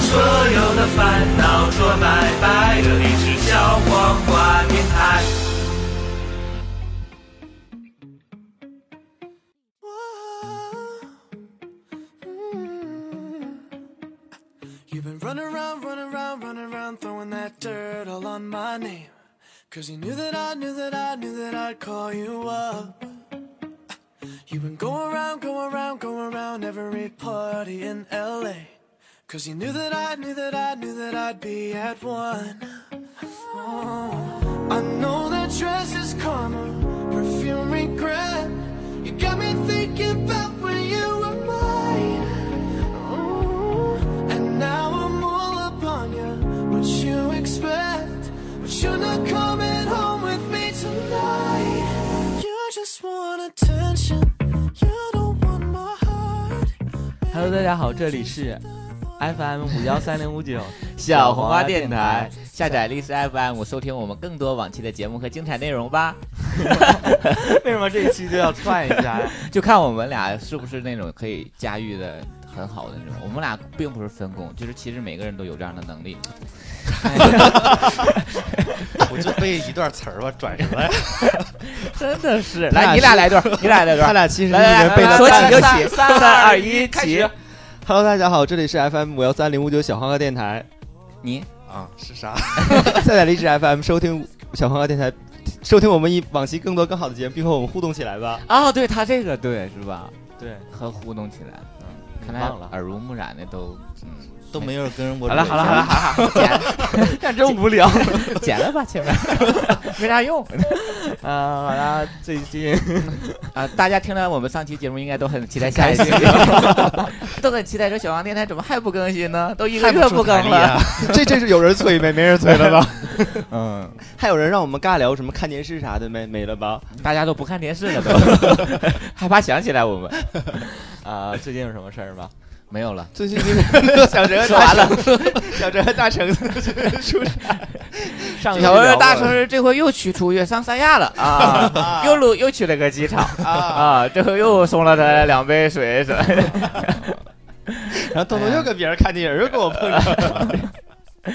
所有的烦恼说拜拜，这里是小黄瓜电台。 You've been running around, running around, running around, throwing that dirt all on my name. Cause you knew that I knew that I knew that I'd call you up. You've been going around, going around, going around every party in LA. Cause you knew that I knew that I knew that I'd be at one. Oh. I know that dress is karma, perfume regret. You got me thinking about when you were mine. Ooh, and now I'm all up on you. What you expect? But you're not coming home with me tonight. You just want attention. You don't want my heart. Hello，大家好，这里是 FM 五幺三零五 九小红花电台，下载历史 FM，收听我们更多往期的节目和精彩内容吧。为什么这一期就要串一下 呀？就看我们俩是不是那种可以驾驭的很好的那种。我们俩并不是分工，就是其实每个人都有这样的能力。 我就被一段词儿吧转神了。真的是，他俩来，你俩来一段，你俩来一他段，俩其实来来来，了说起就三起，三三二二一一，开起始。 Hello，大家好，这里是 FM 五幺三零五九小黄瓜电台，你啊是 啥？下载荔枝 FM 收听小黄瓜电台，收听我们以往期更多更好的节目，并和我们互动起来吧。哦，对他这个对是吧？对，和互动起来，嗯，看来忘了耳濡目染的都，嗯，都没有跟我好了好了好了，好了，剪 但真无聊。 剪了吧， 前面没啥用。呃，好啦，最 近啊、大家听了我们上期节目，应该都很期待下一期， 都很期待说小王电台怎么还不更新呢？都一个月不更了， 这这是有人催没？没人催了 吧？嗯，还有人让我们尬聊什么看电视啥的没没了吧？ 大家都不看电视了， 都害怕想起来我们 啊，最近有什么事儿吗？没有了。 最近就是想着说完了，想着大橙子 出上小周王大城市这回又去出越上三亚了 啊，又录又去了个机场啊，这回又送了他两杯水，是吧然后东哎东又跟别人看电影，又跟我碰上。 好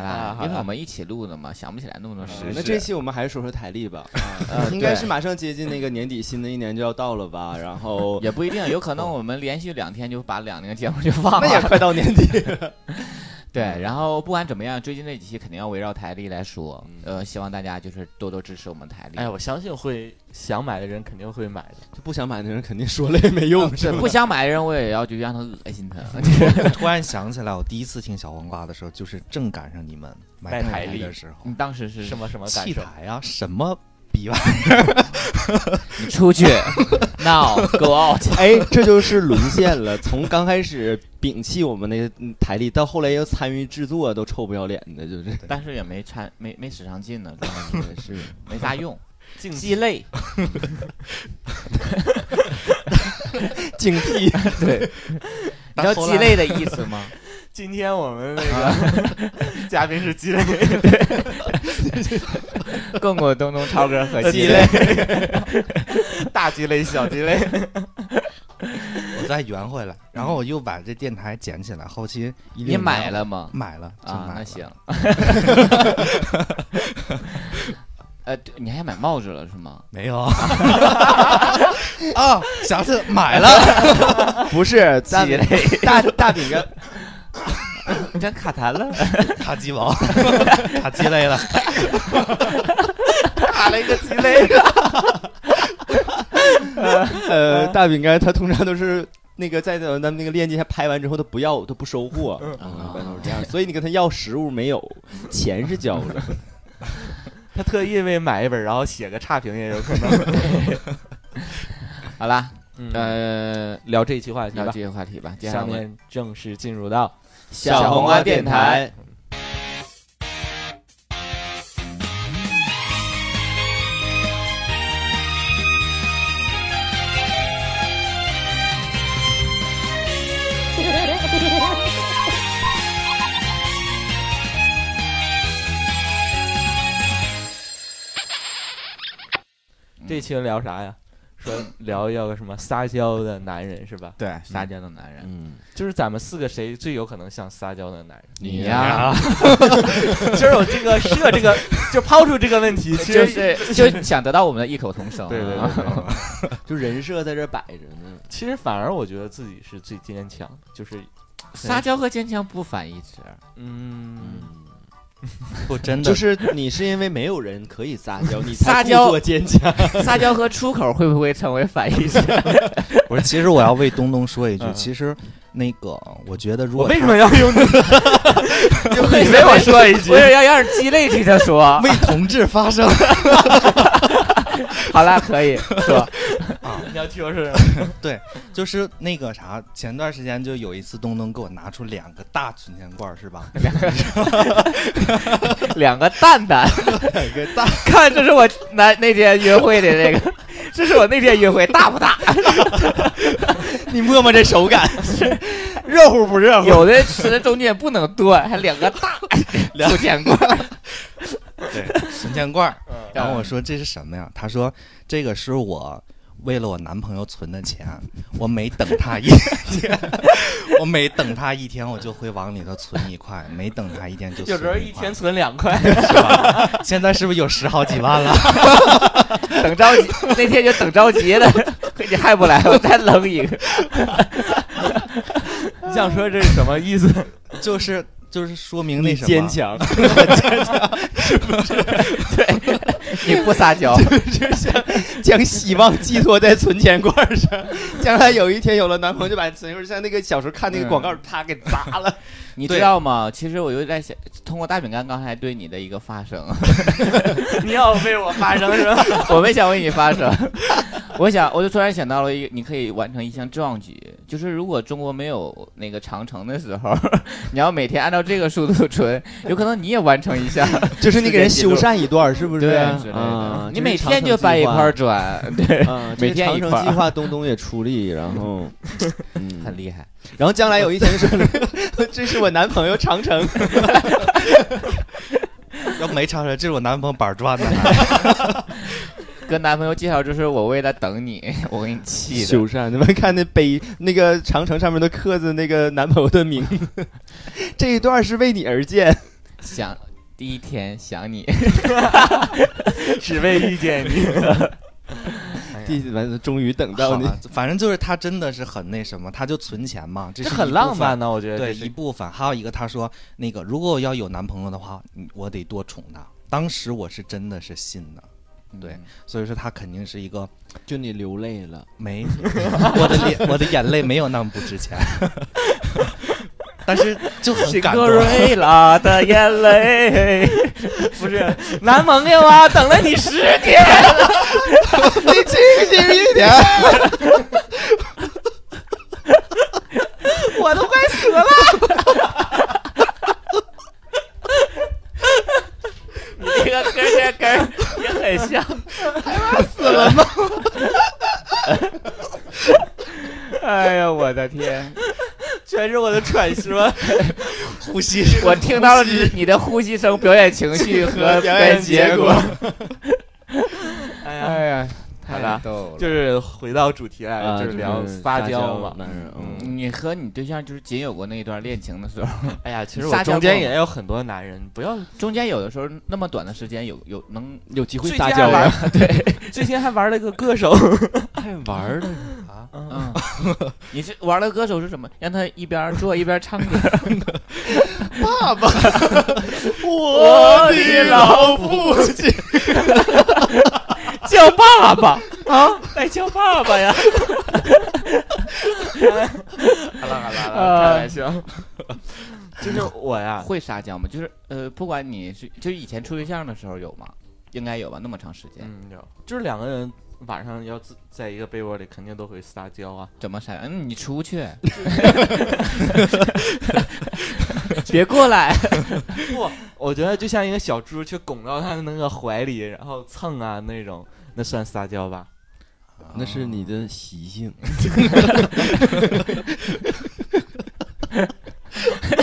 啊啦，嗯好啦因为我们一起录的嘛，想不起来那么多时 那事。这期我们还是说说台历吧，啊啊呃应该对是马上接近那个年底，新的一年就要到了吧？然 后也不一定，有可能我们连续两天就把两个节目就放了。那也快到年底了。 对，嗯然后不管怎么样，最近这几期肯定要围绕台历来说，呃，希望大家就是多多支持我们台历。嗯哎，我相信会想买的人肯定会买的。就不想买的人肯定说了也没用，是吧？不想买的人，我也要就让他恶心他。 突然想起来，我第一次听小黄瓜的时候，就是正赶上你们买卖台台历历的时候，你当时是什么什么感器受？材啊，什么比吧？你出 去，now go out。 哎，这就是沦陷了。从刚开始摒弃我们那个嗯台历，到后来又参与制作，都臭不要脸的，就是。但是也没掺没没使上劲呢，主要是是没啥用，竞技鸡 肋。警 惕， 你知道但后鸡来肋的意思吗？今天我们那个 嘉宾是 鸡肋，棍棍、东东、超哥和呃鸡鸡肋。大鸡肋、小鸡肋。我再圆回来，然后我又把这电台捡起来，后期一你六买啊年了吗？买了就啊，买那了 行。呃，对你还买帽子了是吗？没 有 啊？想起来买了，不是大鸡肋，大大饼干，你真卡痰了。卡鸡毛，卡鸡肋了。打了一个鸡肋。 呃，嗯大饼干，它通常都是那个在咱们那个链接下拍完之后，它不要，都不收货，嗯嗯啊，一般都是这样。所以你跟他要实物没有，钱是 交了。他特意为买一本，然后写个差评也有可能。好啦，嗯呃，聊这一期话题聊吧这。个话题吧。接下来下我们面正式进入到小红花电台，嗯嗯嗯 这期聊啥呀？说聊一聊个什么撒娇的男人是吧？对，撒娇的男人，嗯，就是咱们四个谁最有可能像撒娇的男人？你呀呀，今儿我这个设 这个就抛出这个问题，其就实是就想得到我们的异口同声， 对对啊对对， 就人设在这摆着呢。其实反而我觉得自己是最坚强，就是撒娇和坚强不反义词，嗯，不真的就，是你是因为没有人可以撒娇，你撒才娇故作坚强。撒娇和出口会不会成为 反义词？ 我说其实我要为东东说一句嗯，其实那个我觉得如我果为什他么要 用你？ 你为我说一句，我也要让鸡肋替他说。为同志发声，好了，可以 说，你要替我说什么？就是那个啥，前段时间就有一次东东给我拿出两个 大存钱罐儿是吧？两个蛋蛋，两个大看这是我那那天约会的这个，这是我那天约会大不大？你摸摸这手感，热乎不热乎？有的吃中间不能断，还两个大出钱罐，存钱罐儿，然 后我说这是什么呀？他说这个是我为了我男朋友存的钱，我每等他一 天，我每等他一天，我就会往里头存一块，每等他一天就有时候存一块天存两块，是吧？ 现在是不是有十好几万了？ 等着急，那天就等着急了，你还不来，我再扔一个。你想说这是什么意思？就是就是说明那你什么坚强，对，你不撒娇，将希望寄托在存钱罐上，将来有一天有了男朋友，就把存钱罐像那个小时候看那个广告，嗯啪给 砸了。你对知道吗？其实我就在想，通过大饼干刚才对你的一个发声，你要为我发声是吧？ 我没想为你发声， 我想，我就突然想到了一个，你可以完成一项壮举，就是如果中国没有那个长城的时候， 你要每天按照这个速度 存，有可能你也完成一项， 就是那个人修缮一段，是不是？对之类的。嗯啊，你每天啊就搬一块砖， 对，啊，每天长一城块计划东东也出力，然 后，嗯很厉害。然后将来有一 天说，这是我男朋友长城，要没查出来，这是我男朋友板砖的。哎跟男朋友介绍，就是我为了等你， 我给你气的。修缮，你们看那北那个长城上面都刻着那个男朋友 的名字，这一段是为你而哎建，想第一天想你，只为遇见你。第完终于等到好你吧，反正就是他真的是很那什么，他就存钱嘛，这这是很一部浪分漫呢，我觉得对这一是部分，还有一个他说那个，如果我要有男朋友的话，嗯我得多宠他。当时我是真的是信的，嗯对所以说他肯定是一个就你流泪了。没我的脸，我的眼泪没有那么不值钱， 但是就很感动。瑞拉的眼 泪，不是男朋友啊？等了你十天，你清醒 一点，我都快死了。你这个跟这跟儿也很像，害怕死了吗？哎呀，我的天！全是我的喘息吗？呼吸，我听到了你你的呼吸声、表演情绪和表演结果果。哎呀，哎呀，好太了逗了！就是回到主题来，啊就是聊撒娇嘛。男人，嗯，你和你对象就是仅有过那一段恋情的时候，哎呀，其实撒我娇中间过吗也有很多男人，不要中间有的时候那么短的时间有有能有机最会近撒还娇玩呀，最近还玩了个歌 手，还哎玩 的，嗯， 你是玩的歌手是什么？让他一边做一边唱歌。我的哎老父亲， 叫爸爸 啊，来叫爸爸呀！好了好了好呃了，开玩 笑。就是我呀，会撒娇吗？就是呃，不管你是就是以前处对象的时候有吗？应该有吧，那么长时间，嗯，有，就是两个人晚上要自在一个被窝里，肯定都会撒娇啊。怎么撒娇？嗯，你出去， 别过来。不，我觉得就像一个小猪去拱到他的那个怀里，然后蹭啊那种，那算撒娇吧？ 那是你的习性。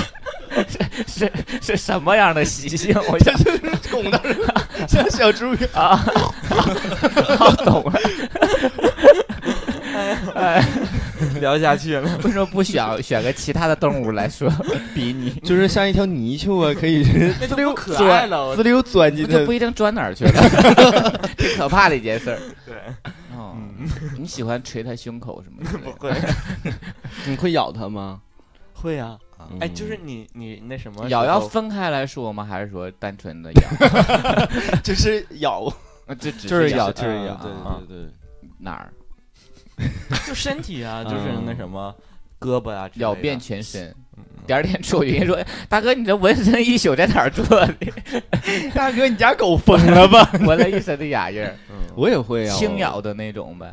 是 是什么样的习性？我想拱到人，像小猪一样， 啊，好懂了。聊下去 了。为什么不选选个其他的动物来 说比你？就是像一条泥鳅啊，可以 那滋就不溜可爱钻，了，我滋溜钻进就它不。一定钻哪儿去了， 挺可怕的一件事儿。对，哦，嗯，你喜欢捶它胸口什么 的？不会，你会咬它吗？会啊。嗯哎，就是你你那什么时咬要候分开来说吗？还是说单纯的咬？就是咬，呃这只就是咬，咬就是咬啊对啊对对。哪儿？就身体啊，就是那什么胳膊啊之类的，咬遍全身。嗯第二天出去说：“大哥，你这纹身一宿在哪儿做的？大哥，你家狗疯了吧？纹了一身的牙印儿，嗯， 我也会啊，轻咬的那种呗。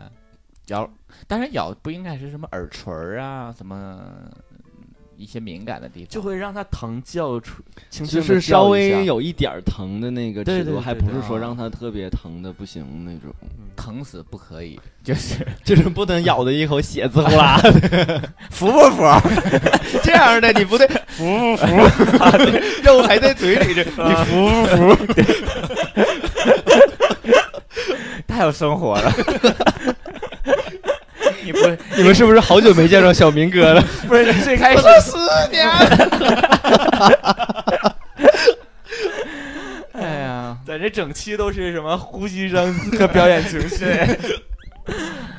咬，但是咬不应该是什么耳垂儿啊，什么一些敏感的地方，就会让它疼叫出，轻轻就地是稍叫一 微下有一点儿疼的那个对尺对度，对还不对是说啊让它特别疼的不行那种，疼死不可以， 就是就是不能咬的一口血啊滋呼啦服不服？这样的，你不对，服服服，肉还在嘴里这，你服服 服，太有生活了。你不 你们是不是好久没见着小明哥了？不是最开始十年， 哎呀，咱这整期都是什么呼吸声 和表演情绪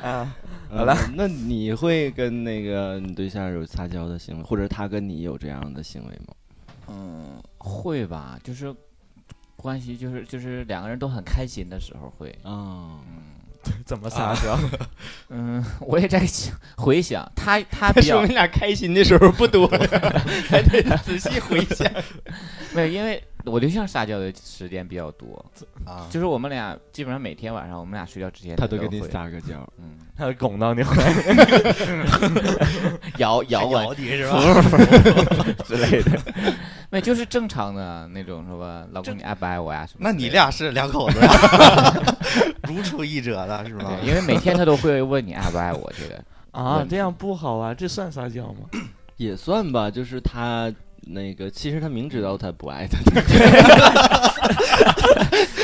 啊？好了嗯，那你会跟那个你对象有撒娇的行为，或者他跟你有这样的行为吗？嗯，会吧，就是关系就是就是两个人都很开心的时候会，啊， 怎么撒娇？ 嗯，我也在想回想他他比 较俩开心的时候不 多，还得仔细回想。没有，因为我对象撒娇的时间比较多，啊，就是我们俩基本上每天晚上我们俩睡觉之前他都给你会，撒个娇，嗯，他拱到你怀里，咬咬咬我咬啊你是吧？之类的，没有就是正常的那种什么老公你爱不爱我呀什么之类 那的。你俩是两口子， 如出一辙的是吧？对，因为每天他都会问你爱不爱我这个，啊，这样不好啊，这算撒娇吗？也算吧，就是他。那个，其实他明知道他不爱他，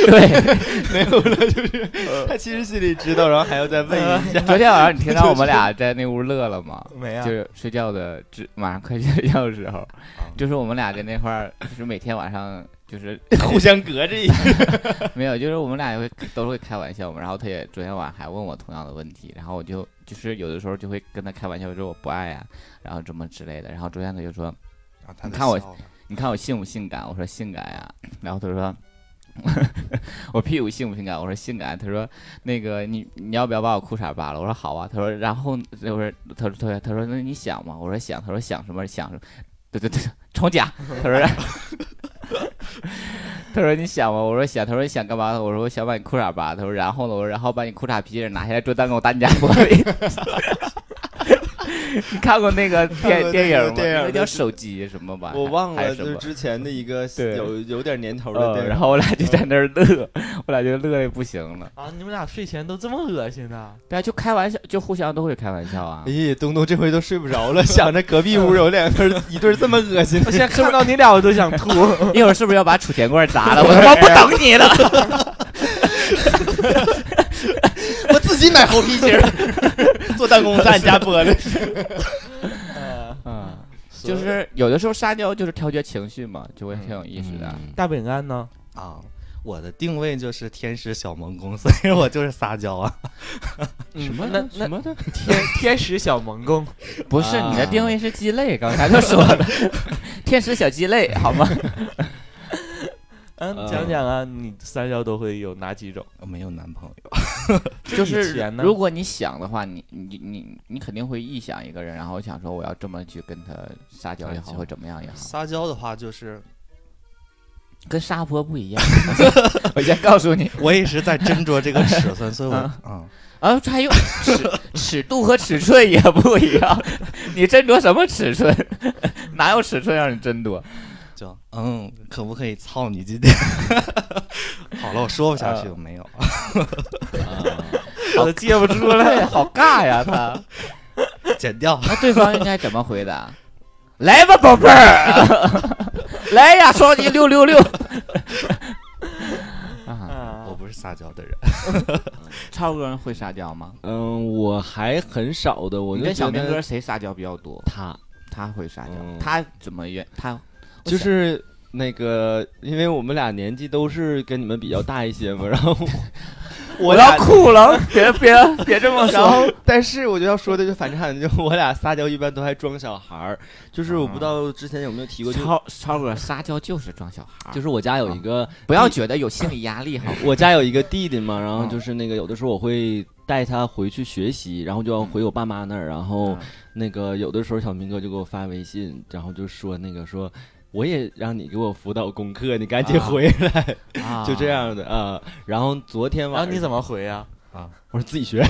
对，没有了，就是他其实心里知道，然后还要 再问一 下。昨天晚上你听到我们俩在那屋乐了吗？没啊就，是睡觉的，之马上快睡觉的时候，就是我们俩在那块儿，就是每天晚上就是互相隔着一下，没有， 就是我们俩也会都会开玩笑嘛。然后他也昨天晚上还问我同样的问题，然后我就就是有的时候就会跟他开玩笑说我不爱啊，然后怎么之类的。然后昨天他就说啊他你得看我笑了你看我性不性感？我说性感呀、然后他说 我屁股性不性感？我说性感。他说那个你你要不要把我裤衩扒了？我说好啊。他说然后我说他说他说他说那你想吗？我说想。他说想什么？想什么？对对对， 重讲。他说 他说你想吗？我说想。他说你想干嘛？我说我想把你裤衩扒了。他说然后呢？我说然后把你裤衩皮筋拿下来做蛋糕打你家玻璃。 你看过那个看过电那个电影吗？电影那就叫是手机什么吧？我忘还了，是什就是么？之前的一 个对有有点年头的呃电影，然后我俩就在那儿乐， 我俩就乐的不行了。啊，你们俩睡前都这么恶心的？对啊，就开玩笑，就互相都会开玩笑啊。咦，东东这回都睡不着 了，想着隔壁屋有两个 人，一对儿这么恶心我的现在看到你俩我都想吐。 一会儿是不是要把储钱罐砸 了？我他妈不等你了。我自己买猴皮筋儿， 做弹弓在你家玻璃。嗯，就是有的时候撒娇就是调节情绪嘛，就会很有意思嗯的。大饼干呢？啊，我的定位就是天使小萌公，所以我就是撒娇啊。嗯什么？那那么啊的？天天使小萌公，不是你的定位是鸡肋，刚才就说 了，天使小鸡肋，好吗？嗯，呃讲讲啊，你撒娇都会有哪几种？我 没有男朋友，就以是前呢如果你想的话，你你你你肯定会臆想一个人，然后想说我要这么去跟他撒娇也好，撒娇或怎么样也好，撒娇的话就是跟撒泼不一样。 我先告诉你，我也是在斟酌这个尺寸，所以我啊啊， 啊，这还有尺尺度和尺寸也不一样，你斟酌什么尺寸？ 哪有尺寸让你斟酌？就嗯，可不可以操你今天？ 好了，我说不下去，啊我没有。 我都接不住了。对，好尬呀他。剪掉。 那对方应该怎么回答？来吧，宝贝儿， 来呀，双击六六六。啊，啊嗯我不是撒娇的人。超哥会撒娇吗？嗯，我还很少的，我你就跟觉小明哥得谁撒娇比较多？他他会撒娇，嗯他怎么愿他我就想是那个，因为我们俩年纪都是跟你们比较大一些嘛，然后我俩哭 了，别别别这么然后，但是我就要说的就反差，就我俩撒娇一般都还装小孩儿，就是我不知道之前有没有提过，就超超哥撒娇就是装小孩儿，就是我家有一个，不要觉得有心理压力好吗，我家有一个弟弟 嘛，然后就是那个有的时候我会带他回去学习，然后就要回我爸妈那儿，然后那个有的时候小明哥就给我发微信，然后就说那个说。我也让你给我辅导功课，你赶紧啊回来， 啊就这。样的啊、然后昨天晚然上，后你怎么回呀？我说自己 学。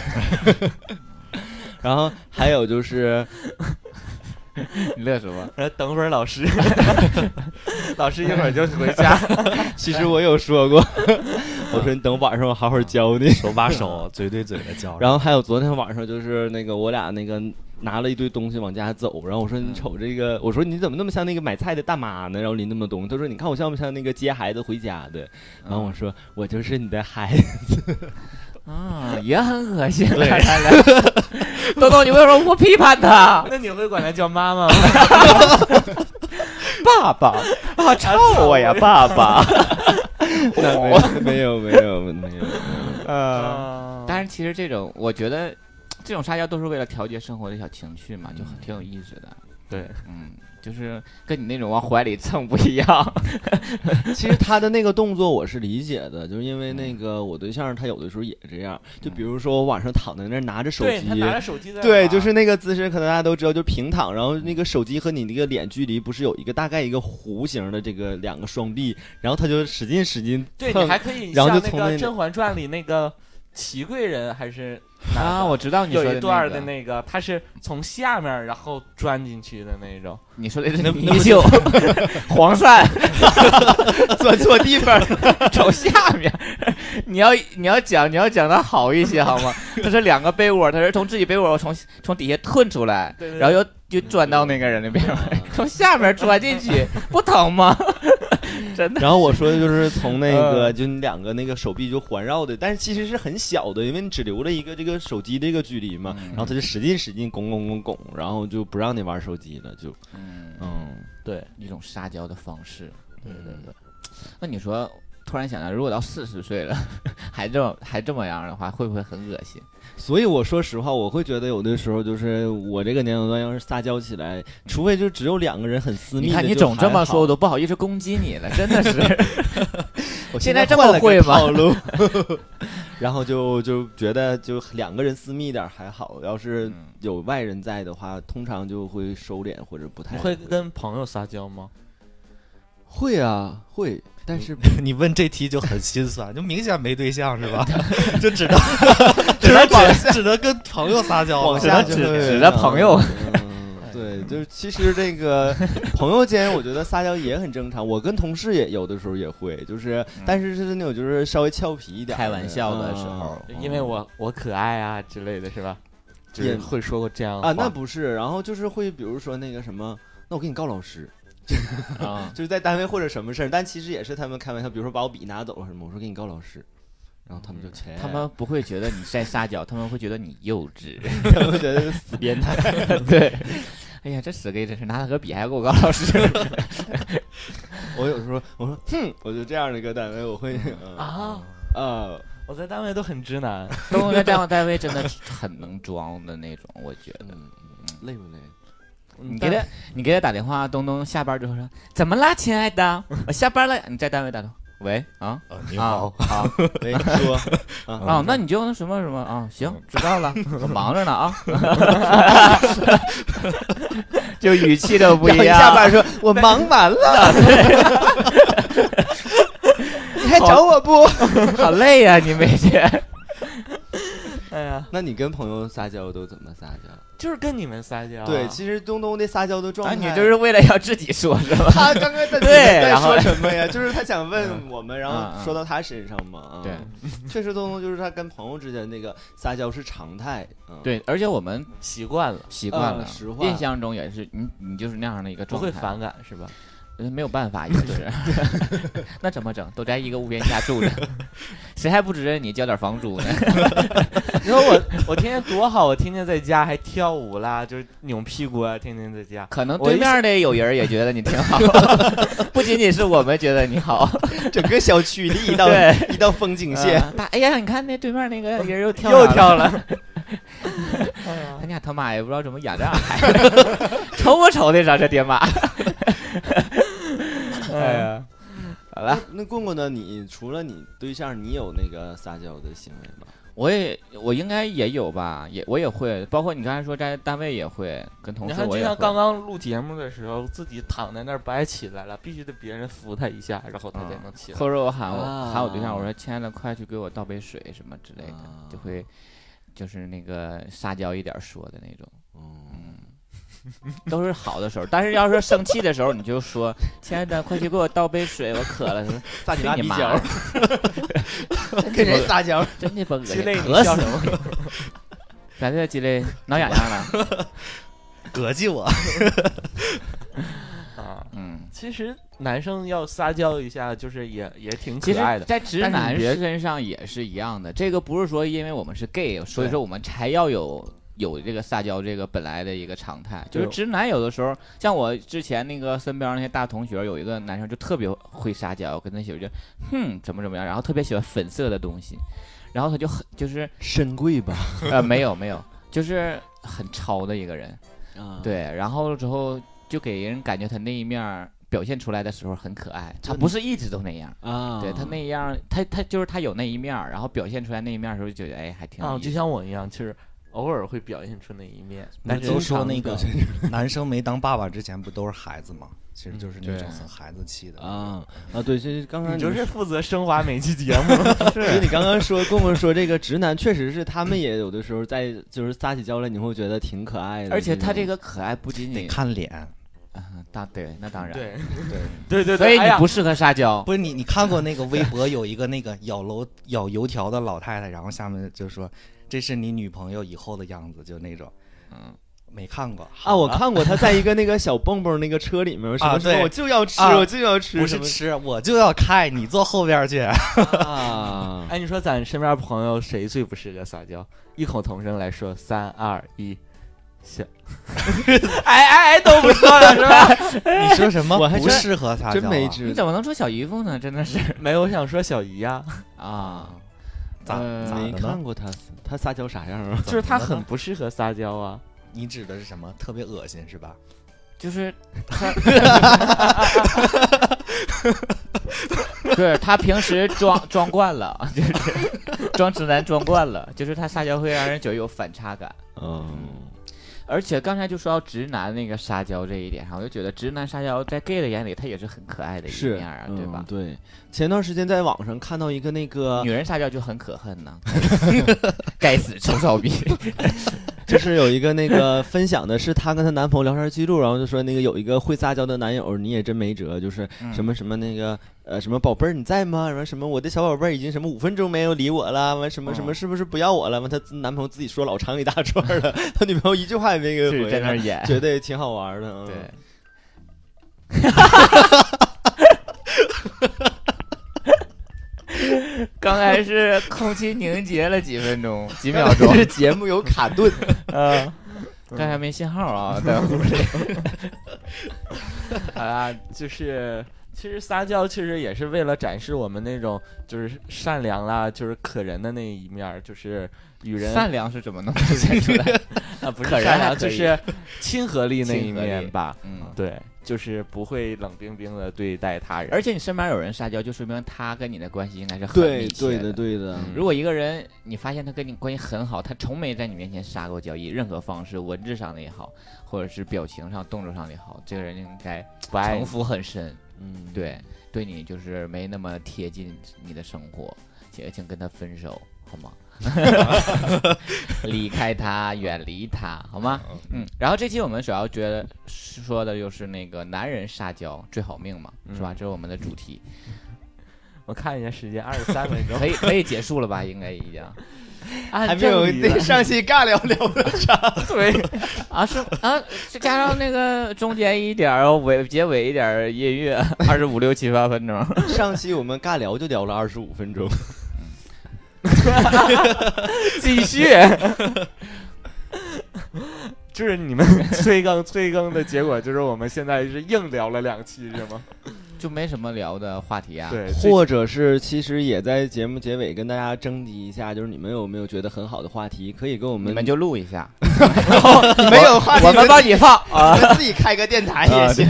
然后还有就是，你乐什么？然后等会儿老 师，老师一会儿就回家。其实我有说过， 我说你等晚上我好好教你。手把 手、嘴对嘴的交流。然后还有昨天晚上就是那个我俩那个拿了一堆东西往家走，然后我说你瞅这个，我说你怎么那么像那个买菜的大妈呢？然后拎那么东西，他说你看我像不像那个接孩子回家的？然后我说我就是你的孩 子。啊，也很恶心。对，豆豆，你为什么不批判他？ 那你会管他叫妈妈吗？爸爸， 啊，臭我呀，爸爸！ 那没有没有没有没有，啊但是其实这种，我觉得这种撒娇都是为了调节生活的小情绪嘛，就很挺有意思的。对，嗯，就是跟你那种往怀里蹭不一样。其实他的那个动作我是理解的，就是因为那个我对象他有的时候也这样，就比如说我晚上躺在那儿拿着手对啊机，他拿着手机在对，玩就是那个姿势，可能大家都知道，就是平躺，然后那个手机和你那个脸距离不是有一个大概一个弧形的这个两个双臂，然后他就使劲使劲 对你蹭还可以像然后那就个从那《甄嬛传》里那个祺贵人还是啊，我知道你说有的一段儿那的个那个，他是从下面儿然后钻进去的那种。你说的是泥鳅、 黄鳝，钻错 地方了。 走下面。你要你要讲你要讲的好一些好吗？它是两个被窝，它是从自己被窝从从底下吞出来，对对对然后又又钻到那个人那边，嗯 从下面钻进去，不疼 吗？真的。然后我说的就是从那嗯个就你两个那个手臂就环绕的，但是其实是很小的，因为你只留了一个这个手机这个距离嘛，嗯然后他就使劲使劲拱拱拱拱，然后就不让你玩手机了，就嗯。对，一种撒娇的方式。对对对。那你说，突然想到，如果到四十岁了， 还这么还这么样的话，会不会很恶心？所以我说实话，我会觉得有的时候就是我这个年龄段要是撒娇起来，除非就只有两个人很私密的。你看你就总这还么好说，我，都不好意思攻击你了，真的 是。我现在在这换么了个会吗套路， 然后就就觉得就两个人私密一点还好，要是有外人在的话，通常就会收敛或者不太你会跟朋友撒娇吗？会啊会，但是 你问这题就很心酸，就明显没对象是 吧？就只能只只能能 只只能跟朋友撒 娇了，往下就指哦指着朋友。嗯对，就是其实这个朋友间，我觉得撒娇也很正常。我跟同事也有的时候也会，就是但是是那种就是稍微俏皮一嗯点的，开玩笑的时候嗯因为我我可爱啊之类的是吧？就也是会说过这嗯样的啊，话那不是，然后就是会比如说那个什么，那我给你告老师，嗯啊，就是在单位或者什么事儿，但其实也是他们开玩笑，比如说把我笔拿走了什么，我说给你告老师，然后他们就切，嗯他们不会觉得你在撒娇，他们会觉得你幼稚。 他们觉得死变态。对。哎呀，这死 gay 真是拿了个笔还给我告老 师我有时候我说哼，我就这样的一个单位，我会嗯啊啊！啊，我在单位都很直男，东东在单位单位真的很能装的那种，我觉得。嗯，累 不累？嗯你给他，你给他打电话，东东下班之后说怎么啦，亲爱的，我下班了。你在单位打电话，喂啊，呃哦你 好，啊，好没说啊，那你就那什么什么啊，行，知道 了，我忙着呢啊，就语气都不一啊样。下班说，我忙 完了，你还找我不？ 好累呀、你每天。哎呀，那你跟朋友撒娇都怎么撒娇？就是跟你们撒娇啊。对，其实东东的撒娇的状啊，态，你就是为了要自己说是吧？ 他刚刚在对在然后说什么呀？就是他想问我们，然嗯后嗯说到他身上嘛。啊对，确实东东就是他跟朋友之间那个撒娇是常态。嗯， 对，而且我们习惯了，习惯呃了，实话印象中也是你，你就是那样的一个不状态，会反感是吧？呃没有办法，也是。 那怎么整？都在一个屋檐下住着，谁还不指着你交点房租呢？ 你说我我天天多好，我天天在家还跳舞啦，就是扭屁股啊，天天在家。可能我对一面的有人也觉得你挺好， 不仅仅是我们觉得你好。整个小区里 一道对一道风景谢线，大哎呀，你看那对面那个人又跳又上跳 了，哎他俩他妈也不知道怎么演这孩子， 瞅不瞅得着这爹妈？ 哎呀，好了，那棍棍呢？你除了你对象，你有那个撒娇的行为吗？我也我应该也有吧，也我也会，包括你刚才说在单位也会，跟同你事看，我就也像会。刚刚录节目的时候，自己躺在那儿不爱起来了，必须得别人扶他一下，然后他才能起来。或者我喊我、啊喊我对象，我说亲爱的，快去给我倒杯水什么之类的，啊就会就是那个撒娇一点说的那种。嗯，都是好的时候，但是要是生气的时候，你就说：“亲爱的，快去给我倒杯水，我渴了。”撒去你妈娇，的，跟人撒娇，真的不恶鸡心，肋，你渴死笑了什么？ 咋的，鸡肋挠痒痒了？膈气我。啊？嗯，其实男生要撒娇一下，就是也也挺其可实爱，的。在直但是男你别身上也是一样的。这个不是说因为我们是 gay，所以对说我们才要有有这个撒娇这个本来的一个常态。就是对直男有的时候，像我之前那个身边那些大同学，有一个男生就特别会撒娇，跟他媳妇就哼怎么怎么样，然后特别喜欢粉色的东西，然后他就很就是深贵吧？呃没有没有，就是很糙的一个人。啊，，嗯对，然后之后就给人感觉他那一面儿表现出来的时候很可爱，他就不是一直都那样。啊，对他那样，他他就是他有那一面儿，然后表现出来那一面儿的时候，就觉得哎还挺有啊，意思就像我一样，其实偶尔会表现出那一面，但但是是都说那经个常 男生没当爸爸之前不都是孩子吗？其实就是那对种很孩子气的。啊啊，对，这刚才你你就是说负责升华每期节 目，所以你刚刚说棍棍说这个直男，确实是他们也有的时候在就是撒起娇来，你会觉得挺可爱的。而且他这个个可爱不仅得仅看脸，啊当对那当然，对对， 对对对，所以哎你呀不适合撒娇，不是你，你看过那个微博有一个那个咬楼咬油条的老太太，然后下面就说这是你女朋友以后的样子，就那种 嗯，没看过啊，我看过他在一个那个小蹦蹦那个车里面，什么对说我就要吃，啊我就要吃，不是吃，我就要看，你坐后边去。啊，哎，你说咱身边朋友谁最不适合撒娇？异口同声来说，三二一，小，哎哎哎，都不说了是吧？ 你说什么？我还不真适合撒娇、啊，真没你吃。怎么能说小姨夫呢？真的是没有，我想说小姨呀、 啊，咋呃咋的没呢看？过他他撒娇啥样嗯啊？就是她很不适合撒娇 啊。你指的是什么？特别恶心是吧？就是他，对他平时装装惯了，就是装直男装惯了，就是他撒娇会让人觉得有反差感。嗯，而且刚才就说到直男那个撒娇这一点上，我就觉得直男撒娇在 gay 的眼里，他也是很可爱的一是面啊，嗯对吧？对，前段时间在网上看到一个那个女，人撒娇就很可恨呐， 该死，臭骚 逼！就是有一个那个分享的是她跟她男朋友聊天记录，然后就说那个有一个会撒娇的男友，你也真没辙，就是嗯什么什么那个呃什么宝贝儿你在吗？什么什么我的小宝贝儿已经什么五分钟没有理我了，完什么什么是不是不要我了？完她自男朋友自己说老长一大串儿了， 她女朋友一句话也没给就是回，在那儿 演，觉得也挺好玩的。嗯对， 刚才是空气凝结了几分钟，几秒钟这。是节目有卡顿， 嗯嗯，刚才没信号啊，在屋里。好啦，啊就是其实撒娇其实也是为了展示我们那种就是善良啦，就是可人的那一面儿，就是与人善良是怎么能表现出 来？啊不是可人善还良，可就以是亲和力那一亲和力面吧。嗯，对，就是不会冷冰冰的对待他人，而且你身边有人撒娇，就说明他跟你的关系应该是很对密切对的。嗯对的，如果一个人你发现他跟你关系很好，他从没在你面前撒过娇，以任何方式，文字上的也好，或者是表情上、动作上的也好，这个人应该不爱城你府很深，嗯，对，对你就是没那么贴近你的生活，请请跟他分手好吗？ 离开他，远离他，好吗？嗯，然后这期我们主要觉得说的就是那个男人撒娇最好命嘛，是吧？这是我们的主题。我看一下时间，二十三分钟。 可以可以结束了吧？应该已经。还按没有正理来 那上期尬聊聊的对，啊，是啊，加上那个中间一点儿，尾结尾一点儿音乐，二十五六七八分钟，上期我们尬聊就聊了二十五分钟，继续。就是你们 催更催更的结果，就是我们现在是硬聊了两期，是吗？就没什么聊的话题啊。，对，或者是其实也在节目结尾跟大家征集一下，就是你们有没有觉得很好的话题可以跟我你们们就录一 下，没有话题，我们帮你放啊，自己开个电台也行，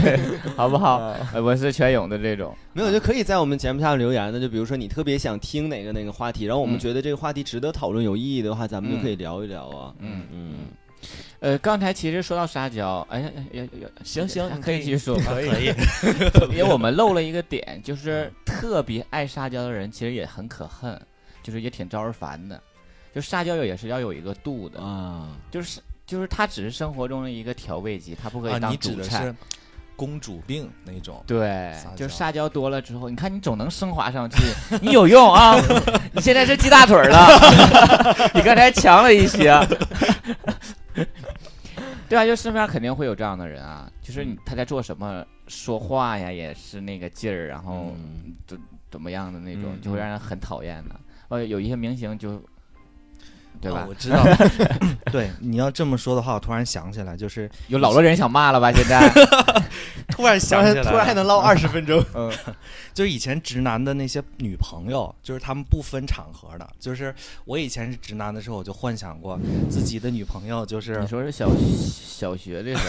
好不好？啊呃我是全勇的这种，没有就可以在我们节目下留言的，就比如说你特别想听哪个哪个话题，然后我们嗯觉得这个话题值得讨论、有意义的话，咱们就嗯可以聊一聊啊。嗯。嗯，呃，刚才其实说到撒娇，哎呀，哎呀，哎呀行行 你可以可以继续说，可以，啊因为我们漏了一个 点，就是嗯特别爱撒娇的人其实也很可恨，就是也挺招人烦的。就撒娇也是要有一个度的，啊，就是就是他只是生活中的一个调味剂，他不可以啊，当你指主的菜。是公主病那种，对撒，娇就撒娇多了之后，你看你总能升华上去，你有 用啊！你现在是鸡大腿儿了， 你刚才强了一些。 对啊，就身边肯定会有这样的人啊，就是嗯你他在做什么，说话呀也是那个劲儿，然后嗯怎怎么样的那种，嗯就会让人很讨厌的。呃，有一些明星就，对啊吧？我知道， 对，你要这么说的话，我突然想起来，就是有老了人想骂了吧？现在，突然想起来，突然还能唠二十分钟，嗯，就是以前直男的那些女朋友，就是他们不分场合的。就是我以前是直男的时候，我就幻想过自己的女朋友就是 你说是小小学的时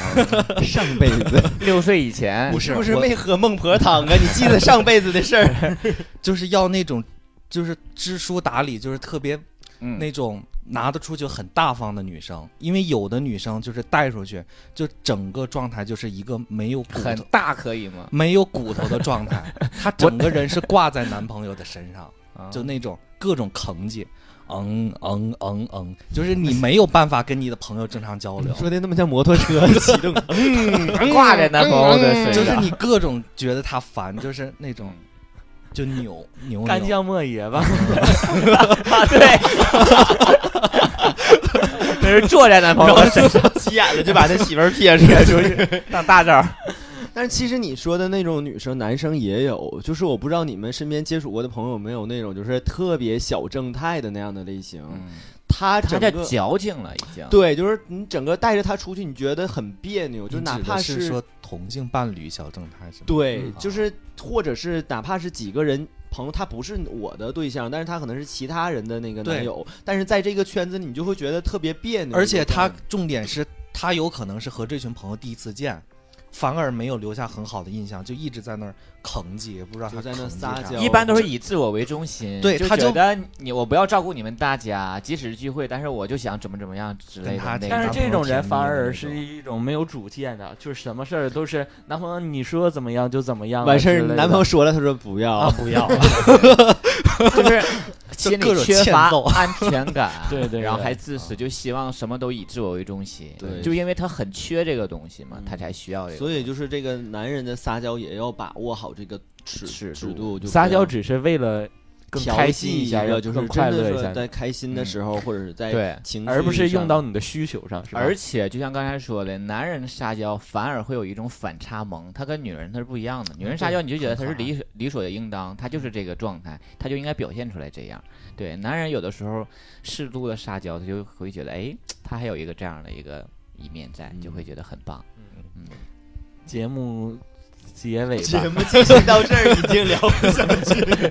候，上辈子六岁以前，不是是不 是我没喝孟婆汤啊？你记得上辈子 的事儿？就是要那种就是知书达理，就是特别嗯，那种拿得出去很大方的女生。因为有的女生就是带出去，就整个状态就是一个没有骨很头。大可以吗？没有骨头的状 态，她整个人是挂在男朋友的身上，就那种各种吭叽，嗯嗯嗯嗯，就是你没有办法跟你的朋友正常交 流。说的那么像摩托车启动，嗯挂在男朋友的身 上，就是你各种觉得他烦，就是那种嗯就扭扭干扭，将莫邪吧，啊对，那是坐在男朋友身 上，急眼了就把他媳妇儿撇出 去，当大招。但是其实你说的那种女生，男生也有，就是我不知道你们身边接触过的朋友有没有那种就是特别小正太的那样的类型，嗯他他整叫个。矫情了，已经。对，就是你整个带着他出去，你觉得很别扭，就你哪指的怕是说同性伴侣小正太是吗？对嗯，就是或者是哪怕是几个人朋友，他不是我的对象，但是他可能是其他人的那个男对友，但是在这个圈子里，你就会觉得特别别扭。而且就他是重点是他有可能是和这群朋友第一次见。反而没有留下很好的印象，就一直在那儿吭叽，也不知道他就在那吭叽撒啥娇一般都是以自我为中心，对就他就觉得你我不要照顾你们大家，即使聚会，但是我就想怎么怎么样之跟类的他那挺但种是搭。这种人反男而朋友是甜蜜一种没有主见的，就是什么事儿都是男朋友你说怎么样就怎么样啊完事之儿，类的男朋友说了，他说不要，啊，不 要了， 就是心各里种缺乏欠揍安全感，对对对然后还自私，就希望什么都以自我为中心，对就因为他很缺这个东西嘛，嗯他才需要这个。所以就是这个男人的撒娇也要把握好这个尺尺尺度度，就撒不娇要只是为了更调开心戏一下，个，让就是更真快的乐一说下，嗯在开心的时候，或者是在对情绪，而不是用到。你的需求上，是吧？而且就像刚才说的，男人撒娇反而会有一种反差萌，他跟女人他是不一样的。女人撒娇你就觉得他是理理所应当，他就是这个状态，他就应该表现出来这样。对，男人有的时候适度的撒娇，他就会觉得，哎，他还有一个这样的一个一面在，嗯就会觉得很棒。节目结尾节 吧，目进行到这儿已经聊不下去了，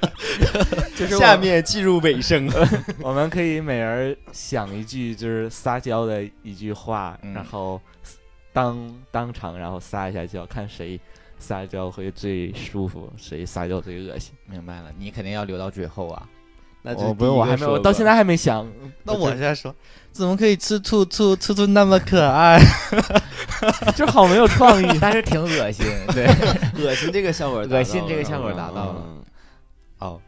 就是我下面进入尾声。 我们可以每人想一句就是撒娇的一句话，嗯然后当当场然后撒一下娇，看谁撒娇会最舒服，谁撒娇最恶心。明白了，你肯定要留到最后啊。 那我哦不是我还没有，我到现在还没想。那我现在说，怎么可以吃兔兔？兔兔那么可爱， 就好没有 创 意。但是挺恶心，对，恶心这个效果达到了，恶心这个效果达到了嗯。哦，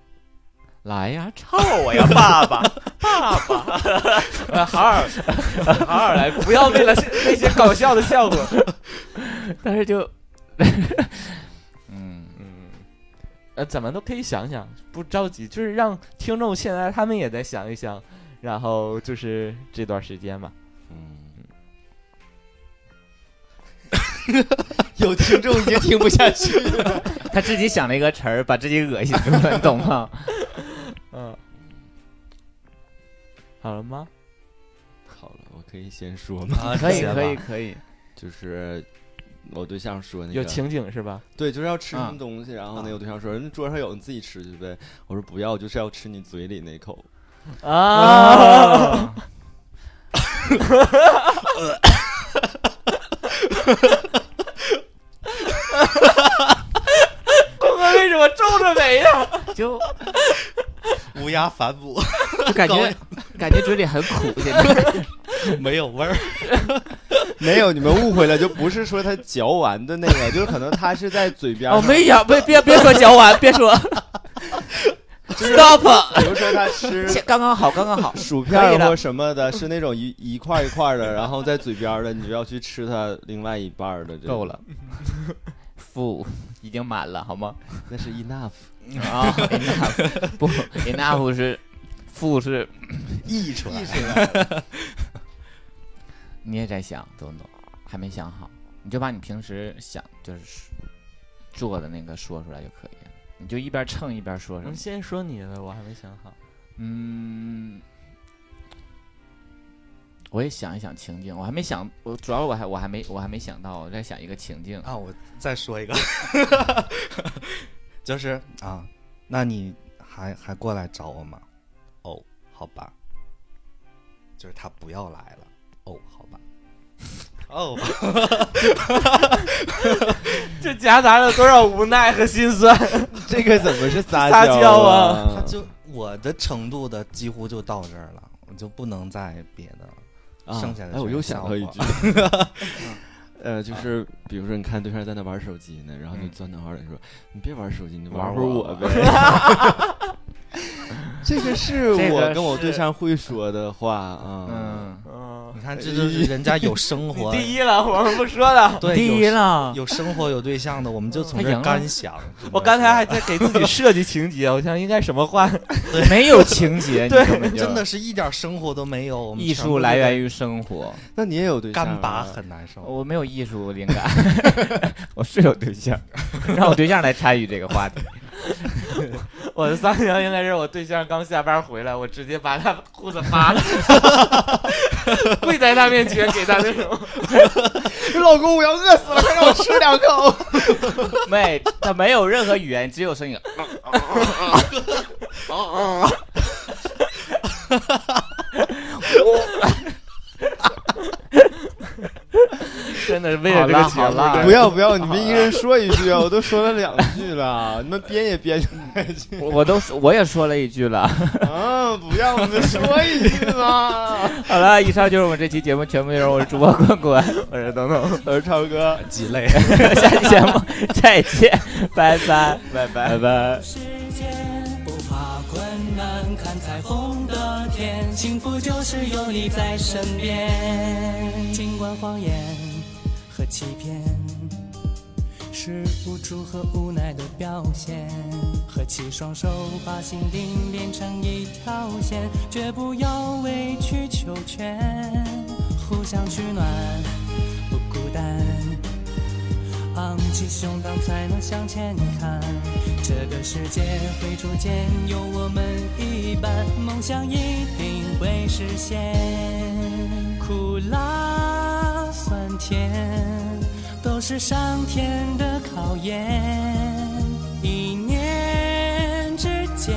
来呀，啊操！我呀，爸爸，呃好好好好来，不要为了那些搞笑的效果。 但是就，嗯， 嗯，呃，怎么都可以想想，不着急，就是让听众现在他们也在想一想，然后就是这段时间嘛，嗯，嗯有听众已经听不下去了。他自己想了一个词儿，把自己恶心了，你懂吗？嗯，好了吗？ 好了，我可以先说 吗？啊可以，可以，可以。就是我对象说那个有情景是吧？对，就是要吃什啊么东西，然后呢，我对象说，那桌上有，你自己吃去呗。我说不要，我就是要吃你嘴里那口。啊，东哥 为什么皱着眉呀？ 就乌鸦反哺，就感觉 感觉嘴里很苦，现在 没有味儿。没有，你们误会了，就不是说他嚼完的那个，就是可能他是在嘴边上，哦有， 别别别说嚼完，别 说，stop，比如说他吃刚刚好，刚刚好。 薯片儿片或或什么的，是那种一一块一块的，然后在嘴边的，你就要去吃它另外一半的。够，了，负已经满了，好吗？那是 enough。啊、e n o u g h 不，enough 是负是，溢出来，你也在想，懂懂，还没想好，你就把你平时想就是做的那个说出来就可以了，你就一边蹭一边说什么你。先说你 的，我还没想好。嗯，我也想一想情境，我还没想，我主要我还我还没我还没想到，我在想一个情境。啊！我再说一个， 就是啊，那你还还过来找我吗？哦，好吧，就是他不要来了。哦，好吧。哦， 这夹杂了多少无奈和心酸？这个怎么是撒撒娇啊啊他就我的程度的几乎就到这儿了，我就不能再别的了。啊剩下的哎，我全又是想笑到一话 句，呃，就是比如说，你看对象在那玩手机呢，然后就嗯钻到耳里说：“你别玩手机，你玩会儿我我吧呗。” 这个是这个我跟我对是象会说的话啊。嗯，嗯，你看，这就是人家有生你活，第一了，我们不说了。对，第一有了，有生活有对象的，我们就从他这赢儿了干想。真 我的刚才还是在给自己设计情节，我想应该什么话？ 没有情节，你根本就真的是一点生活都没有。我们艺全部术都来在源于生 活，那你也有对象啊？干拔很难受。我没有艺术灵 感，我是有对 象，让我对象来参与这个话题。 我的三条应该是我对象刚下班回来，我直接把他裤子扒 了，跪在他面前给他那种。老公，我要饿死了，快让我吃两口。 没，他没有任何语言，只有声音。真的是为了这个节好啦好啦目，不要不 要，你们一个人说一句啊！我都说了两句了，你们编也编不下去我我都说我也说了一句了。啊！不要，你们说一句 嘛！好了，以上就是我们这期节目全部内容。我是主播滚滚，我是哎等等。我是超哥，鸡肋。下期节目 再见，拜拜。拜拜拜拜。世界不怕困难，看彩虹的天，幸福就是有你在身边。尽管谎言和欺骗是无助和无奈的表现，合起双手把心灵连成一条线，绝不要委曲求全，互相取暖，不孤单。昂起胸膛才能向前看。这个世界会逐渐有我们一半，梦想一定会实现。苦辣酸甜都是上天的考验，一念之间，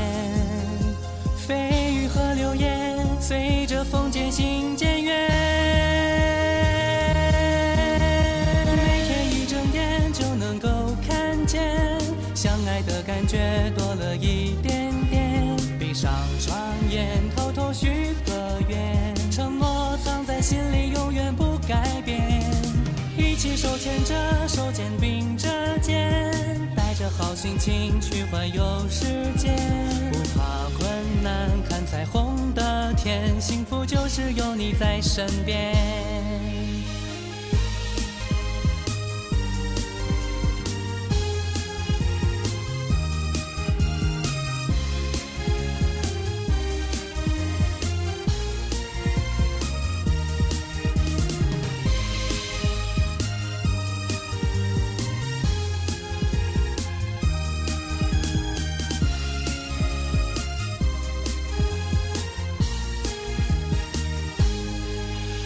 蜚语和流言随着风渐行渐远。每天一睁眼就能够看见，相爱的感觉多了一点点。闭上双眼，偷偷许个愿，承诺藏在心里，永远不改变。一起手牵着手，肩并着肩，带着好心情去环游世界，不怕困难，看彩虹的天，幸福就是有你在身边。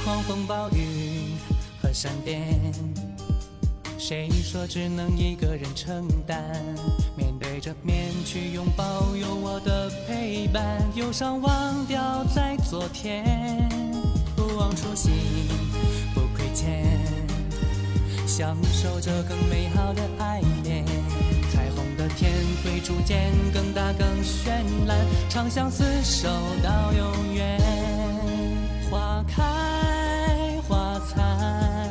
狂风暴雨和闪电，谁说只能一个人承担？面对着面去拥抱有我的陪伴，忧伤忘掉在昨天，不忘初心，不亏欠，享受着更美好的爱恋。彩虹的天会逐渐更大更绚烂，长相厮守到永远。花开花残，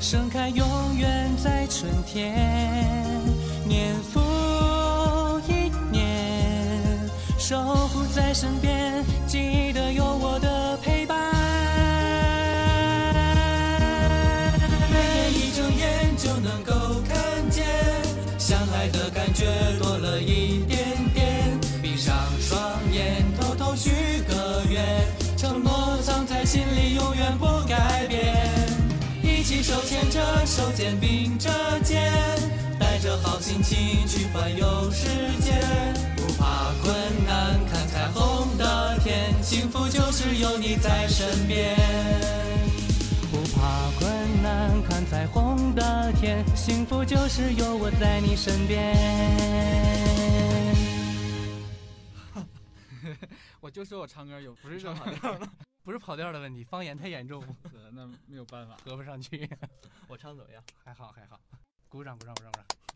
盛开永远在春天。年复一年，守护在身边，记得有我的陪伴。每一睁眼就能够看见，相爱的感觉多了一点点。闭上双眼，偷偷许个愿，承诺藏在心里，永远不改变。一起手牵着手，肩并着肩，带着好心情去环游世界，不怕困难，看彩虹的天，幸福就是有你在身边。不怕困难，看彩虹的天，幸福就是有我在你身边。 我就说我唱歌有不是正唱跑常调的，不是跑调的问题，方言太严 重，那没有办法。 合不上去。我唱怎么样？还好还好，鼓掌鼓掌鼓掌鼓掌！